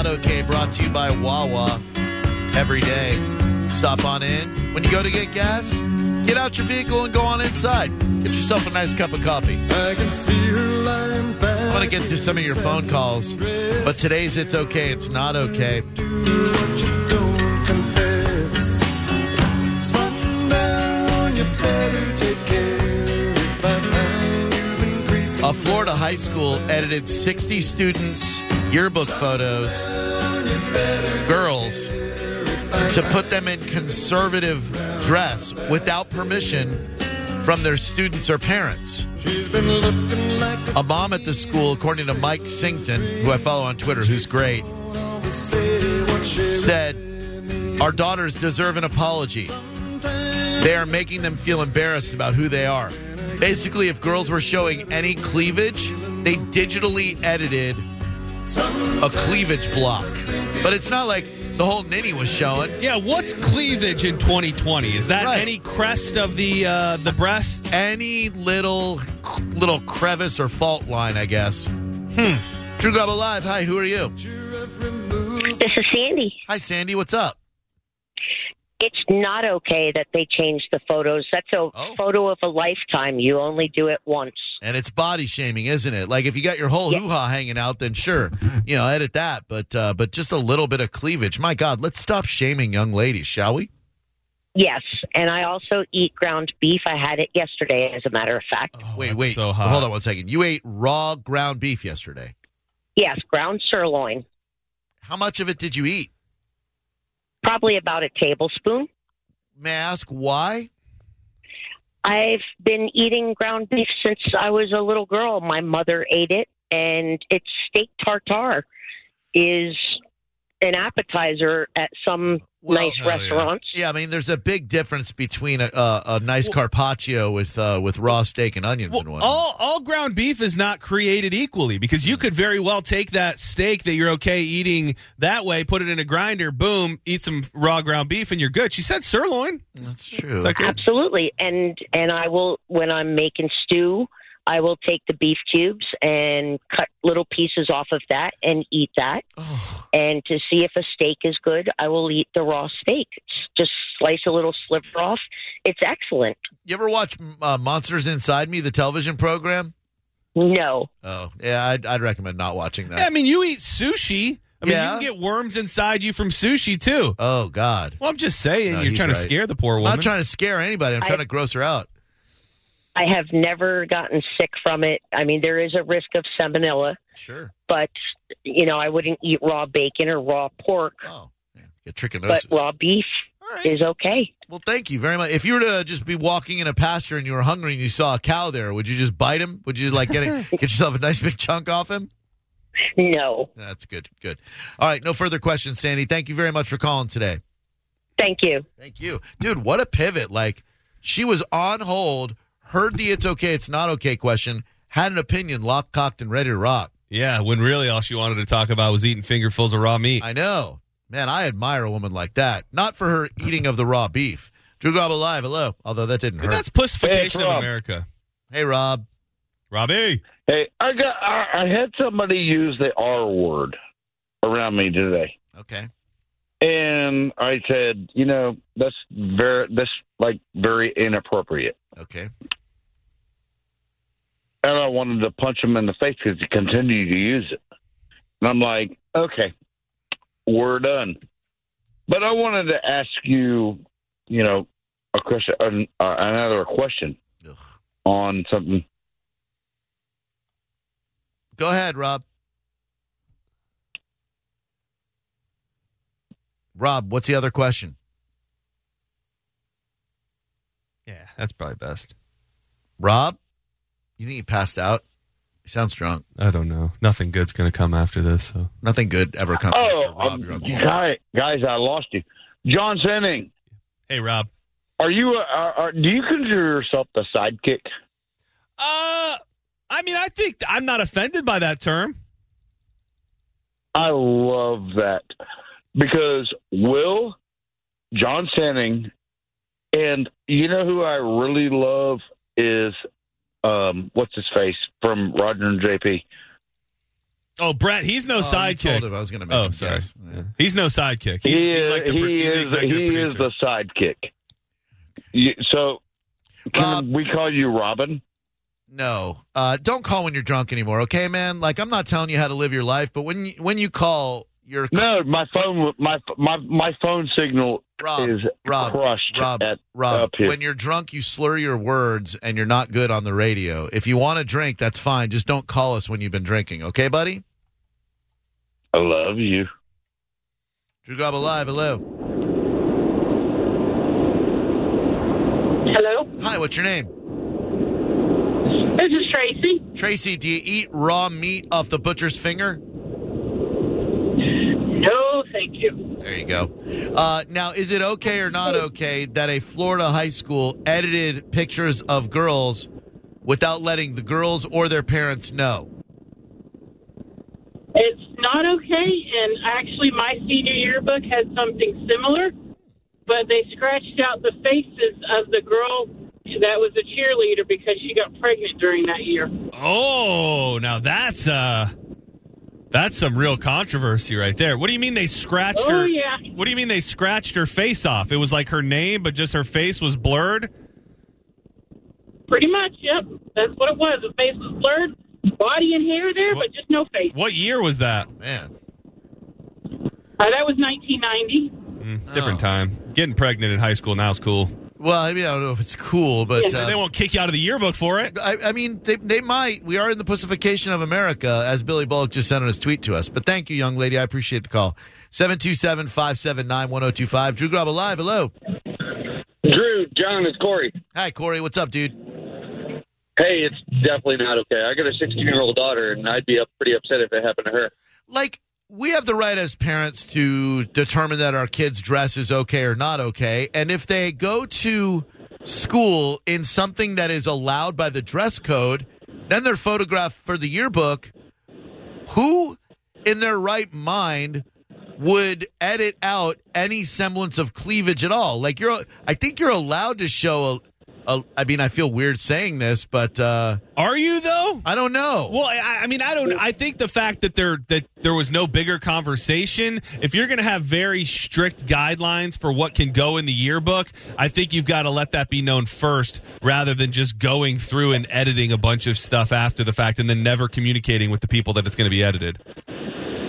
Okay, brought to you by Wawa every day. Stop on in. When you go to get gas, get out your vehicle and go on inside. Get yourself a nice cup of coffee. I can see her lying back. I want to get to some of your phone calls, but today's it's okay, it's not okay. A Florida high school edited 60 students' yearbook photos, girls, to put them in conservative dress without permission from their students or parents. A mom at the school, according to Mike Sington, who I follow on Twitter, who's great, said, Our daughters deserve an apology. They are making them feel embarrassed about who they are. Basically, if girls were showing any cleavage, they digitally edited a cleavage block. But it's not like the whole ninny was showing. Yeah, what's cleavage in 2020? Is that Right. any crest of the uh, the breast? Any little little crevice or fault line, I guess. Hmm. True Gob Live. Hi, who are you? This is Sandy. Hi, Sandy. What's up? It's not okay that they changed the photos. That's a Oh. photo of a lifetime. You only do it once. And it's body shaming, isn't it? Like if you got your whole Yeah. hoo ha hanging out, then sure, you know, edit that. But uh, but just a little bit of cleavage. My God, let's stop shaming young ladies, shall we? Yes, and I also eat ground beef. I had it yesterday, as a matter of fact. wait, Oh, that's wait. so hot. Hold on one second. You ate raw ground beef yesterday. Yes, ground sirloin. How much of it did you eat? Probably about a tablespoon. May I ask why? I've been eating ground beef since I was a little girl. My mother ate it, and it's steak tartare is an appetizer at some Well, nice hell yeah. restaurants. Yeah, I mean, there's a big difference between a, a, a nice carpaccio with uh, with raw steak and onions and Well, oh, whatnot. all all ground beef is not created equally because you could very well take that steak that you're okay eating that way, put it in a grinder, boom, eat some raw ground beef, and you're good. She said sirloin. That's true. Is that good? Absolutely, and and I will when I'm making stew, I will take the beef cubes and cut little pieces off of that and eat that. Oh, And to see if a steak is good, I will eat the raw steak. Just slice a little sliver off. It's excellent. you ever watch m- uh, Monsters Inside Me, the television program? No, Oh, yeah, I'd, I'd recommend not watching that. Yeah, I mean, you eat sushi. I mean, Yeah. you can get worms inside you from sushi too. Oh God, Well, I'm just saying, No, you're he's trying to right. scare the poor I'm woman. not trying to scare anybody. I'm I- trying to gross her out. I have never gotten sick from it. I mean, there is a risk of salmonella, Sure. but you know, I wouldn't eat raw bacon or raw pork, Oh, yeah. but get trichinosis. raw beef All right. is okay. Well, thank you very much. If you were to just be walking in a pasture and you were hungry and you saw a cow there, would you just bite him? Would you like get a, get yourself a nice big chunk off him? No, That's good. Good. All right. No further questions, Sandy. Thank you very much for calling today. thank you. Thank you. Dude, what a pivot. Like, she was on hold, heard the it's okay, it's not okay question, had an opinion, lock, cocked, and ready to rock. yeah, when really all she wanted to talk about was eating fingerfuls of raw meat. I know. Man, I admire a woman like that. Not for her eating of the raw beef. Drew Gobb alive. Hello. Although that didn't But hurt. that's pussification Hey, of Rob. America. Hey, Rob. Robbie. Hey, I got I, I had somebody use the R word around me today, Okay. and I said, you know, that's very that's like very inappropriate, Okay. and I wanted to punch him in the face because he continued to use it, and I'm like, okay, we're done. But I wanted to ask you, you know, a question, an, uh, another question Ugh. on something. Go ahead, Rob. Rob, what's the other question? Yeah, that's probably best. Rob? You think he passed out? He sounds drunk. I don't know. Nothing good's going to come after this. So. Nothing good ever comes Oh, after Rob. um, You're on the line. guy, guys, I lost you, John Senning. Hey, Rob. Are you? uh, Are, are, do you consider yourself the sidekick? Uh, I mean, I think I'm not offended by that term. I love that because Will, John Sanning, and you know who I really love is um, what's his face from Roger and JP, Oh, Brett, he's no Oh, you told sidekick. him I was going to make Oh, him sorry. guess. Yeah. He's no sidekick. He's, he he's is, like the, pro- he he's the is, executive he is producer. the sidekick. You, so, can Rob. we call you Robin? No, uh, don't call when you're drunk anymore. Okay, man. Like I'm not telling you how to live your life, but when you, when you call, you're No, my phone, my my my phone signal Rob. is Rob, crushed. Rob, at, Rob, up here. when you're drunk, you slur your words and you're not good on the radio. If you want to drink, that's fine. Just don't call us when you've been drinking, okay, buddy? I love you. Drew Gobb Live, hello. Hello, Hi, what's your name? this is Tracy. Tracy, do you eat raw meat off the butcher's finger? No, thank you. There you go. Uh, now, is it okay or not okay that a Florida high school edited pictures of girls without letting the girls or their parents know? It's not okay, and actually, my senior yearbook had something similar, but they scratched out the faces of the girl that was a cheerleader because she got pregnant during that year. Oh, now that's uh that's some real controversy right there. What do you mean they scratched Oh, her? yeah. What do you mean they scratched her face off? It was like her name, but just her face was blurred. Pretty much, yep. That's what it was. The face was blurred, body and hair there, but just no face. What year was that? Man, Uh, that was 1990. Mm, different Oh. time. Getting pregnant in high school now is cool. well, I mean, I don't know if it's cool, but they uh, won't kick you out of the yearbook for it. I, I mean, they, they might. We are in the pacification of America, as Billy Bullock just sent on his tweet to us. But thank you, young lady. I appreciate the call. 727 579 1025. Drew Grob Live, hello. Drew, John, it's Corey. Hi, Corey. What's up, dude? Hey, it's definitely not okay. I got a 16 year old daughter, and I'd be up pretty upset if it happened to her. Like, we have the right as parents to determine that our kids' dress is okay or not okay. And if they go to school in something that is allowed by the dress code, then they're photographed for the yearbook. Who in their right mind would edit out any semblance of cleavage at all? Like you're I think you're allowed to show a, a I mean I feel weird saying this, but uh Are you though? I don't know. Uh, Well, I, I mean, I don't. I think the fact that there that there was no bigger conversation. If you're going to have very strict guidelines for what can go in the yearbook, I think you've got to let that be known first, rather than just going through and editing a bunch of stuff after the fact and then never communicating with the people that it's going to be edited.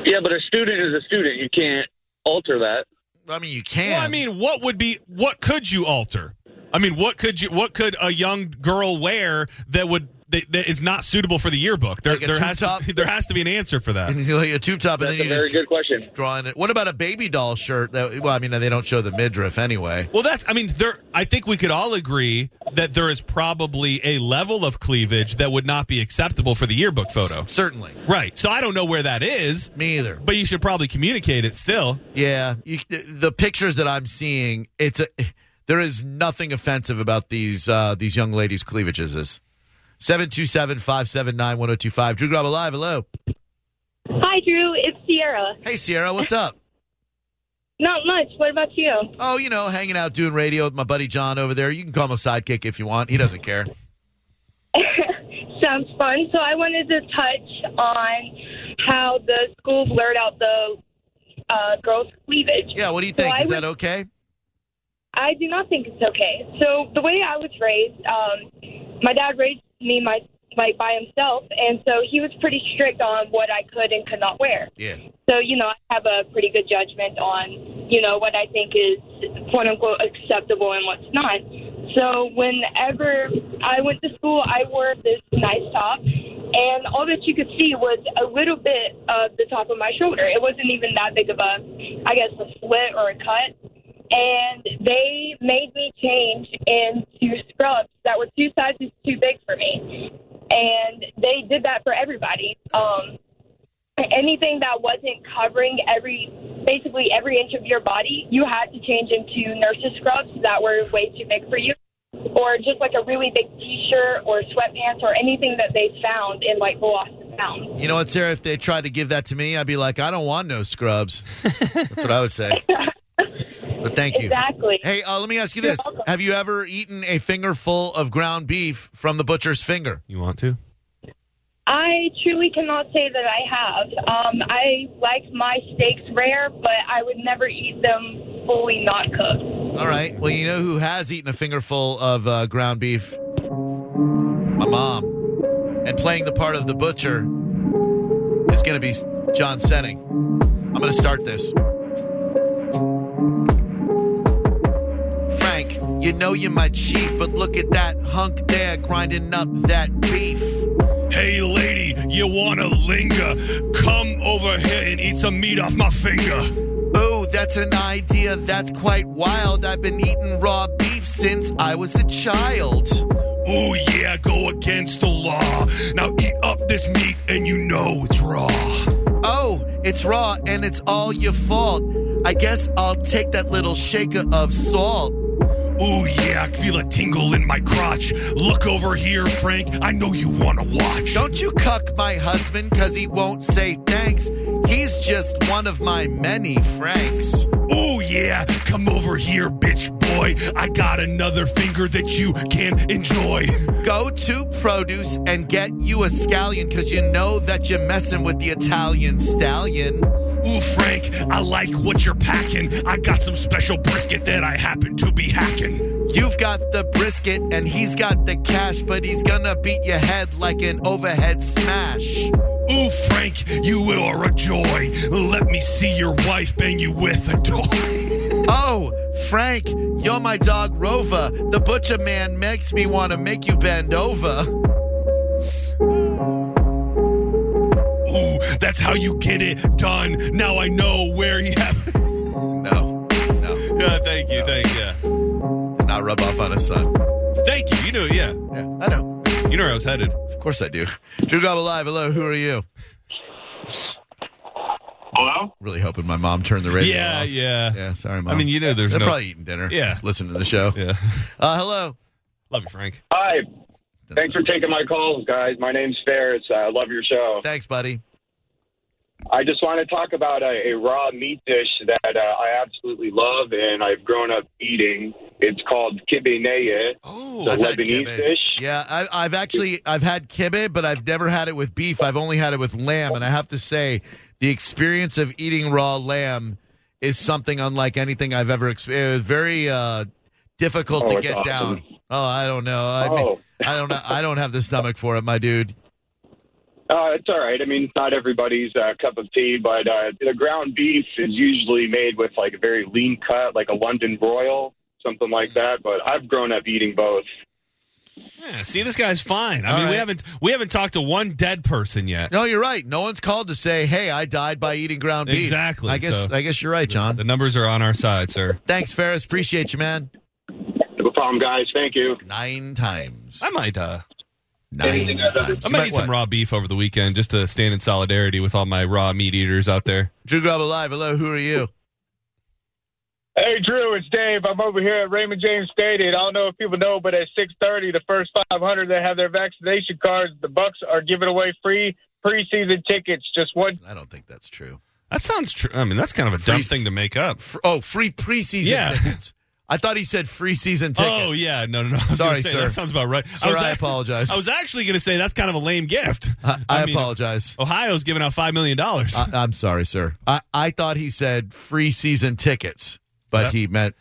Yeah, but a student is a student. You can't alter that. I mean you can. Well, I mean, what would be what could you alter? I mean, what could you what could a young girl wear that would that, that is not suitable for the yearbook? There Like a there tube has top? to there has to be an answer for that. and you like a tube top and That's then a you very just good question. draw in it. What about a baby doll shirt that well, I mean they don't show the midriff anyway. Well, that's. I mean, there. I think we could all agree that there is probably a level of cleavage that would not be acceptable for the yearbook photo. Certainly. Right. So I don't know where that is, Me either. but you should probably communicate it still. Yeah, you, the pictures that I'm seeing, it's a, there is nothing offensive about these uh, these young ladies' cleavages. Seven two seven five seven nine one zero two five. Drew Grab alive. Hello. Hi, Drew. It's Sierra. Hey Sierra, what's up? Not much. What about you? Oh, you know, hanging out doing radio with my buddy John over there. You can call him a sidekick if you want. He doesn't care. Sounds fun. So I wanted to touch on how the school blurred out the uh, girls' cleavage. Yeah, what do you So think? I Is would- that okay? I do not think it's okay. So the way I was raised, um, my dad raised me my like by himself, and so he was pretty strict on what I could and could not wear. Yeah. So, you know, I have a pretty good judgment on, you know, what I think is quote unquote acceptable and what's not. So, whenever I went to school, I wore this nice top, and all that you could see was a little bit of the top of my shoulder. It wasn't even that big of a, I guess, a slit or a cut. And they made me change into scrubs that were two sizes too big for me. And they did that for everybody. Um, anything that wasn't covering every basically every inch of your body, you had to change into nurses scrubs that were way too big for you, or just like a really big T-shirt or sweatpants or anything that they found in like Velocity Town. You know what, Sarah? If they tried to give that to me, I'd be like, I don't want no scrubs. That's what I would say. But thank you. Exactly. Hey, uh, let me ask you You're this: welcome. Have you ever eaten a fingerful of ground beef from the butcher's finger? You want to? I truly cannot say that I have. Um, I like my steaks rare, but I would never eat them fully not cooked. All right. Well, you know who has eaten a fingerful of uh, ground beef? My mom. And playing the part of the butcher is going to be John Senning. I'm going to start this. Frank, you know you're my chief, but look at that hunk there grinding up that beef. Hey, lady, you wanna linger? Come over here and eat some meat off my finger. Oh, that's an idea that's quite wild. I've been eating raw beef since I was a child. Ooh, yeah, go against the law. Now eat up this meat and you know it's raw. Oh, it's raw and it's all your fault. I guess I'll take that little shaker of salt. Ooh, yeah, I feel a tingle in my crotch. Look over here, Frank. I know you wanna watch. Don't you cuck my husband because he won't say thanks. He's just one of my many Franks. Ooh, yeah, come over here, bitch boy. I got another finger that you can enjoy. Go to produce and get you a scallion because you know that you're messing with the Italian stallion. Ooh, Frank, I like what you're packing. I got some special brisket that I happen to be hacking. You've got the brisket and he's got the cash, but he's gonna beat your head like an overhead smash. Ooh, Frank, you are a joy. Let me see your wife bang you with a toy. Oh, Frank, you're my dog Rover. The butcher man makes me wanna make you bend over. Ooh, that's how you get it done. Now I know where you have. No, no, Yeah, thank you, thank you. not rub off on a son. Thank you. You know, yeah. Yeah, I know. You know where I was headed. Of course I do. Drew Gobble Live, hello, who are you? Hello? Really hoping my mom turned the radio Yeah, off. yeah, Yeah, sorry, mom. I mean, you know, there's They're no. probably eating dinner. Yeah. Listening to the show. yeah. Uh, hello. Love you, Frank. Hi. Thanks for taking my calls, guys. My name's Ferris. I love your show. Thanks, buddy. I just want to talk about a, a raw meat dish that uh, I absolutely love and I've grown up eating. It's called kibbeh Oh, the I've had Lebanese kibbeh. dish. Yeah, I, I've actually I've had kibbeh, but I've never had it with beef. I've only had it with lamb, and I have to say, the experience of eating raw lamb is something unlike anything I've ever experienced. It was very uh, difficult Oh, to it's get awesome. down. Oh, I don't know. I, mean, Oh, I don't know. I don't have the stomach for it, my dude. uh, it's all right. I mean, it's not everybody's uh, cup of tea, but uh, the ground beef is usually made with like a very lean cut, like a London broil, something like that. But I've grown up eating both. yeah, see, this guy's fine. I All mean, we right. haven't we haven't talked to one dead person yet. No, you're right. No one's called to say, "Hey, I died by eating ground beef." Exactly, I guess so- I guess you're right, John. The numbers are on our side, sir. Thanks, Ferris. Appreciate you, man. No problem, guys. Thank you. Nine times. I might uh, Nine times. I You might might eat some what? raw beef over the weekend just to stand in solidarity with all my raw meat eaters out there. Drew Grubb alive. Hello, who are you? Hey Drew, it's Dave. I'm over here at Raymond James Stadium. I don't know if people know, but at 6:30, the first 500 that have their vaccination cards, the Bucks are giving away free preseason tickets. Just one. I don't think that's true. That sounds true. I mean, that's kind of a dumb Freeze- thing to make up. Fr- oh, free preseason Yeah. tickets. I thought he said free season tickets. Oh yeah, no, no, no. I was Sorry, gonna say, sir. That sounds about right. Sir, I, ac- apologize. I was actually going to say that's kind of a lame gift. I, I I mean- uh, oh. apologize. Ohio's giving out five million dollars. I, I'm sorry, sir. I, I thought he said free season tickets, but he meant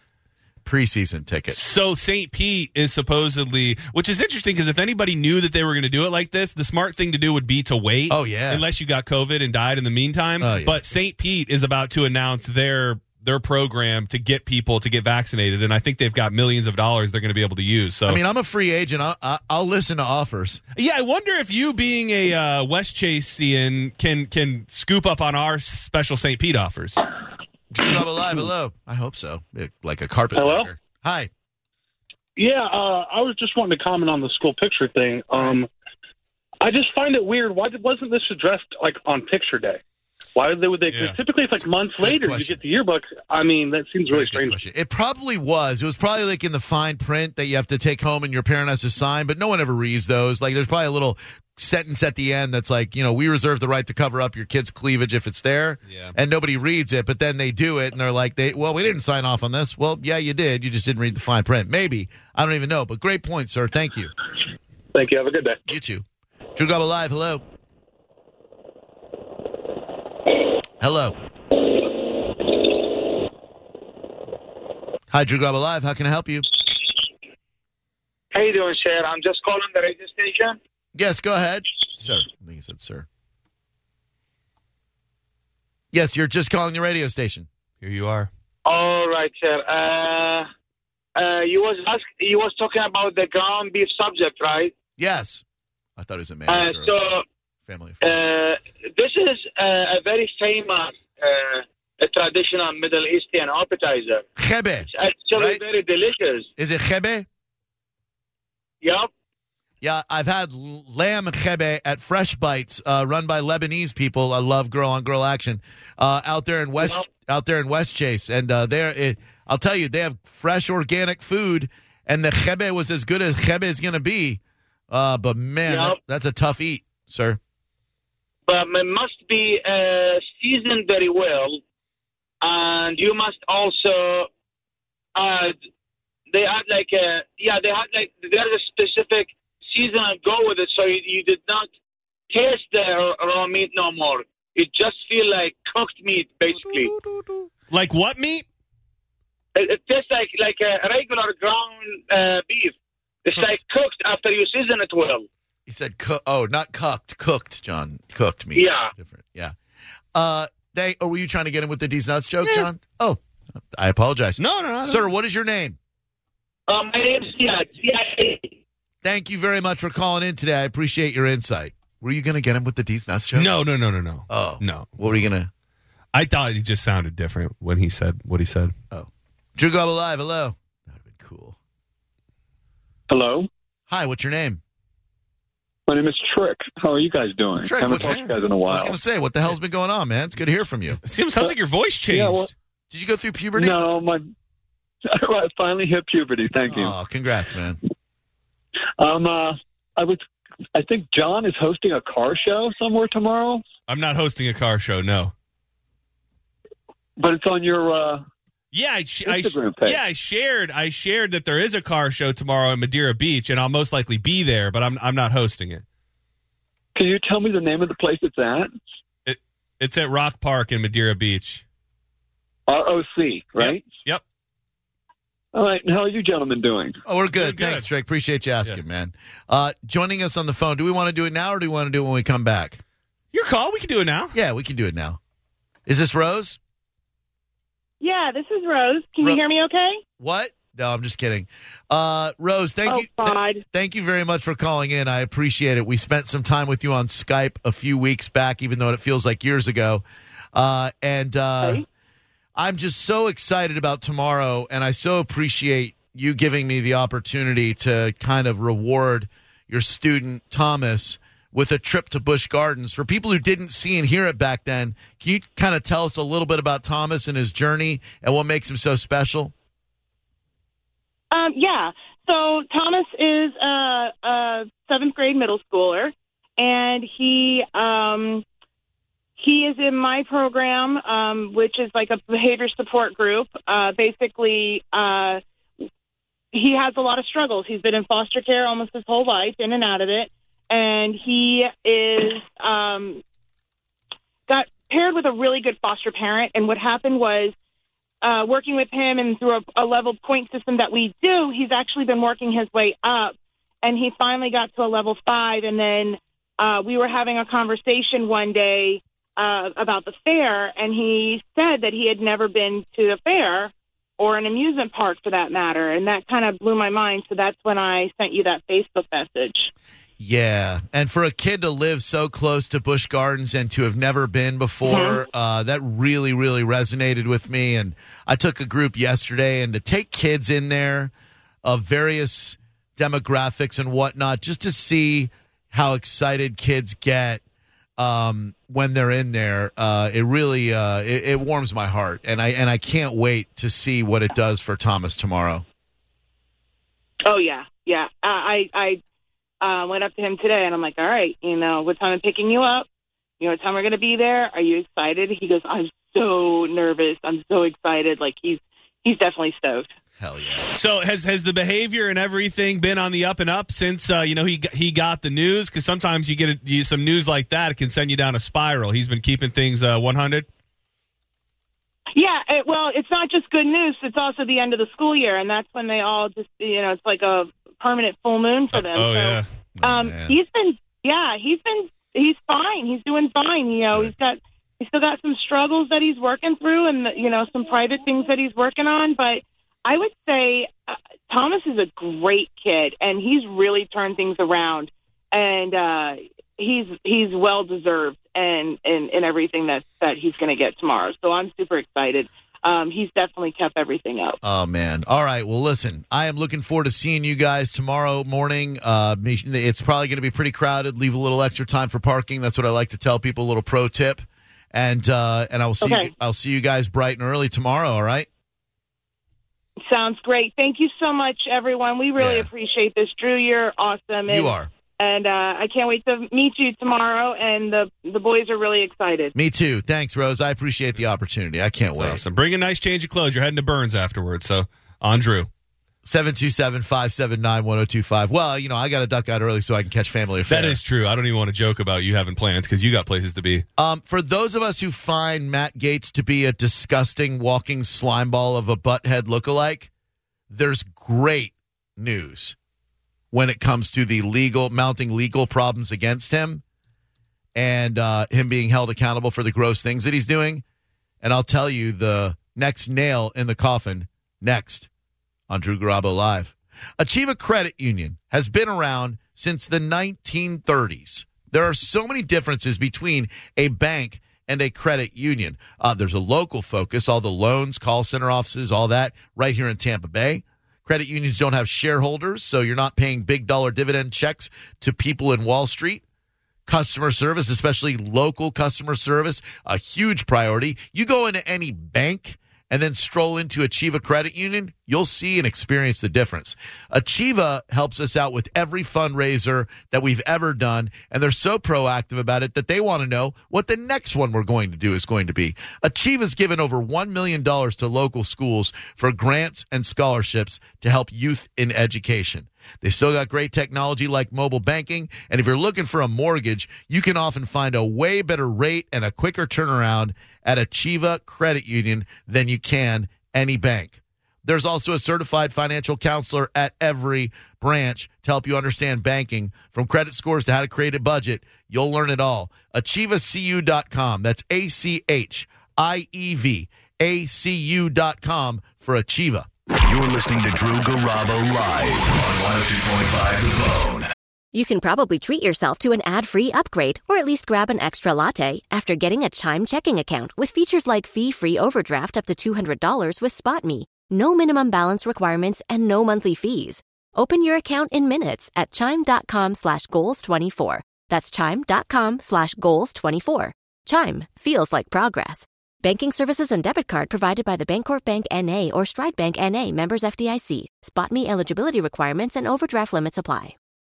preseason tickets. So St. Pete is supposedly, which is interesting because if anybody knew that they were going to do it like this, the smart thing to do would be to wait. Oh, yeah. unless you got COVID and died in the meantime. Oh, yeah. But St. Pete is about to announce their their program to get people to get vaccinated, and I think they've got millions of dollars they're going to be able to use. So I mean, I'm a free agent. I, I, I'll listen to offers. yeah, I wonder if you being a uh, West Chasean can can scoop up on our special St. Pete offers. Drew Grubb alive. Hello. I hope so. Like a carpet. Hello? bagger. Hi. Yeah, uh, I was just wanting to comment on the school picture thing. Um, I just find it weird. Why did- wasn't this addressed like on picture day? Why would they? Would they 'cause Yeah. Typically, it's like months later you question. get the yearbook. I mean, that seems really Very good strange. question. It probably was. It was probably like in the fine print that you have to take home and your parent has to sign, but no one ever reads those. Like there's probably a little sentence at the end that's like, you know, we reserve the right to cover up your kid's cleavage if it's there. Yeah. And nobody reads it, but then they do it and they're like, they well, we didn't sign off on this. Well, yeah, you did. You just didn't read the fine print. Maybe. I don't even know, but great point, sir. Thank you. Thank you. Have a good day. You too. Drew Gobb Live, hello. Hello. Hi, Drew Grab Live. How can I help you? How you doing, Chad? I'm just calling the radio station. Yes, go ahead. Sir. I think he said sir. Yes, you're just calling the radio station. Here you are. All right, Chad. Uh, uh, you was ask, you was talking about the ground beef subject, right? Yes. I thought it was a man. Uh, or a so family. uh, this is uh, a very famous uh, a traditional Middle Eastern appetizer. Chebe. It's actually Uh, very delicious. Is it chebe? Yep. Yeah, I've had l- lamb chebe at Fresh Bites, uh, run by Lebanese people. I love girl on girl action uh, out there in West out there in West Chase, and uh, there it, I'll tell you they have fresh organic food, and the chebe was as good as chebe is going to be. Uh, but man, that- that's a tough eat, sir. but it must be uh, seasoned very well, and you must also add. They add like a yeah. They had like there's a specific season and go with it, so you, you did not taste the raw- raw meat no more. It just feel like cooked meat basically. Like what meat? It, it tastes like like a regular ground uh, beef. It's Hmm. like cooked after you season it well. He said, co- "Oh, not cooked, cooked, John, cooked me." Yeah. different. Yeah. Uh, they. Oh, were you trying to get him with the D's nuts joke, John? Oh, I apologize. No, no, no. sir. What is your name? Um, my name's Ziad. Thank you very much for calling in today. I appreciate your insight. Were you going to get him with the D's nuts joke? No, no, no, no, no. Oh, No. What were you gonna? I thought he just sounded different when he said what he said. Drew Gobb Live. Hello. Hello. Hi. What's your name? My name is Trick. How are you guys doing? Trick, Haven't what's talked to your- you guys in a I was while. going to say, what the hell's been going on, man? It's good to hear from you. Seems sounds like your voice changed. Yeah, well- Did you go through puberty? No, my I finally hit puberty. Thank you. Oh, congrats, man. Um, uh, I was. I think John is hosting a car show somewhere tomorrow, I'm not hosting a car show. No. but it's on your. Uh, Yeah, I, sh- I sh- Instagram page. yeah, I shared. I shared that there is a car show tomorrow in Madeira Beach, and I'll most likely be there, but I'm I'm not hosting it. can you tell me the name of the place it's at? It's at Rock Park in Madeira Beach. ROC, right? Yep. All right. And how are you gentlemen doing? Oh, we're good. Thanks, Trick. Appreciate you asking, man. Uh, joining us on the phone. Do we want to do it now, or do we want to do it when we come back? Your call. We can do it now. Yeah, we can do it now. Is this Rose? Yeah, this is Rose. Can you hear me okay? What? No, I'm just kidding. Uh, Rose, Oh, Oh, thank you. th- thank you very much for calling in. I appreciate it. We spent some time with you on Skype a few weeks back, even though it feels like years ago. Uh, and uh, I'm just so excited about tomorrow, and I so appreciate you giving me the opportunity to kind of reward your student Thomas with a trip to Busch Gardens. For people who didn't see and hear it back then, can you kind of tell us a little bit about Thomas and his journey and what makes him so special? Um, yeah. So Thomas is a, a seventh grade middle schooler, and he um, he is in my program, um, which is like a behavior support group. Uh, basically, uh, he has a lot of struggles. He's been in foster care almost his whole life, in and out of it, and he is um, got paired with a really good foster parent. And what happened was uh, working with him and through a, a leveled point system that we do, he's actually been working his way up. And he finally got to a level five. And then uh, we were having a conversation one day uh, about the fair. And he said that he had never been to the fair or an amusement park for that matter. And that kind of blew my mind. So that's when I sent you that Facebook message. Yeah, and for a kid to live so close to Busch Gardens and to have never been before, uh, that really, really resonated with me. And I took a group yesterday, and to take kids in there of various demographics and whatnot, just to see how excited kids get um, when they're in there, uh, it really uh, it, it warms my heart, and I and I can't wait to see what it does for Thomas tomorrow. Oh yeah, yeah. Uh, I I uh, went up to him today, and I'm like, all right, you know, what time I'm picking you up? You know, what time we're gonna be there? Are you excited? He goes, I'm so nervous. I'm so excited. Like he's he's definitely stoked. So has has the behavior and everything been on the up and up since uh, you know he got- he got the news? Because sometimes you get a, you, some news like that, it can send you down a spiral. He's been keeping things uh, 100. Yeah, it, well, it's not just good news. It's also the end of the school year, and that's when they all just, you know, it's like a permanent full moon for them. Oh so, yeah. um, he's been, yeah, he's been, he's fine. He's doing fine. You know, he's got, he's still got some struggles that he's working through, and you know, some private things that he's working on. But I would say uh, Thomas is a great kid, and he's really turned things around, and uh, he's he's well deserved, and and and everything that that he's going to get tomorrow. So I'm super excited. Um, he's definitely kept everything up. Oh man! All right. Well, listen. I am looking forward to seeing you guys tomorrow morning. Uh, it's probably going to be pretty crowded. Leave a little extra time for parking. That's what I like to tell people. A little pro tip, and uh, and I will see you, Okay. I'll see you guys bright and early tomorrow. All right. Sounds great. Thank you so much, everyone. We really appreciate this. Drew, you're awesome. And, You are. And uh, I can't wait to meet you tomorrow. And the, the boys are really excited. Me too. Thanks, Rose. I appreciate the opportunity. I can't wait. Awesome. Bring a nice change of clothes. You're heading to Burns afterwards. So on Drew. 727 579 1025. Well, you know, I got to duck out early so I can catch family affair. That is true. I don't even want to joke about you having plans because you got places to be. Um, for those of us who find Matt Gates to be a disgusting walking slime ball of a butthead lookalike, there's great news when it comes to the legal mounting legal problems against him and uh, him being held accountable for the gross things that he's doing. And I'll tell you the next nail in the coffin next on Drew Garabo Live. Achieva Credit Union has been around since the 1930s. There are so many differences between a bank and a credit union. Uh, there's a local focus, all the loans, call center offices, all that right here in Tampa Bay. Credit unions don't have shareholders, so you're not paying big dollar dividend checks to people in Wall Street customer service, especially local customer service, a huge priority. You go into any bank and then stroll into Achieva Credit Union, you'll see and experience the difference. Achieva helps us out with every fundraiser that we've ever done, and they're so proactive about it that they want to know what the next one we're going to do is going to be. Achieva's given over $1 million to local schools for grants and scholarships to help youth in education. They still got great technology like mobile banking. And if you're looking for a mortgage, you can often find a way better rate and a quicker turnaround at Achieva Credit Union than you can any bank. There's also a certified financial counselor at every branch to help you understand banking from credit scores to how to create a budget. You'll learn it all. AchievaCU.com. That's A C H I E V A C U.com for Achieva. You're listening to Drew Garabo live on 102.5 The Bone. You can probably treat yourself to an ad free upgrade or at least grab an extra latte after getting a Chime checking account with features like fee free overdraft up to $200 with SpotMe, no minimum balance requirements, and no monthly fees. Open your account in minutes at chime.com slash goals 24. That's chime.com slash goals 24. Chime feels like progress. Banking services and debit card provided by the Bancorp Bank NA or Stride Bank NA members FDIC. Spot me eligibility requirements and overdraft limits apply.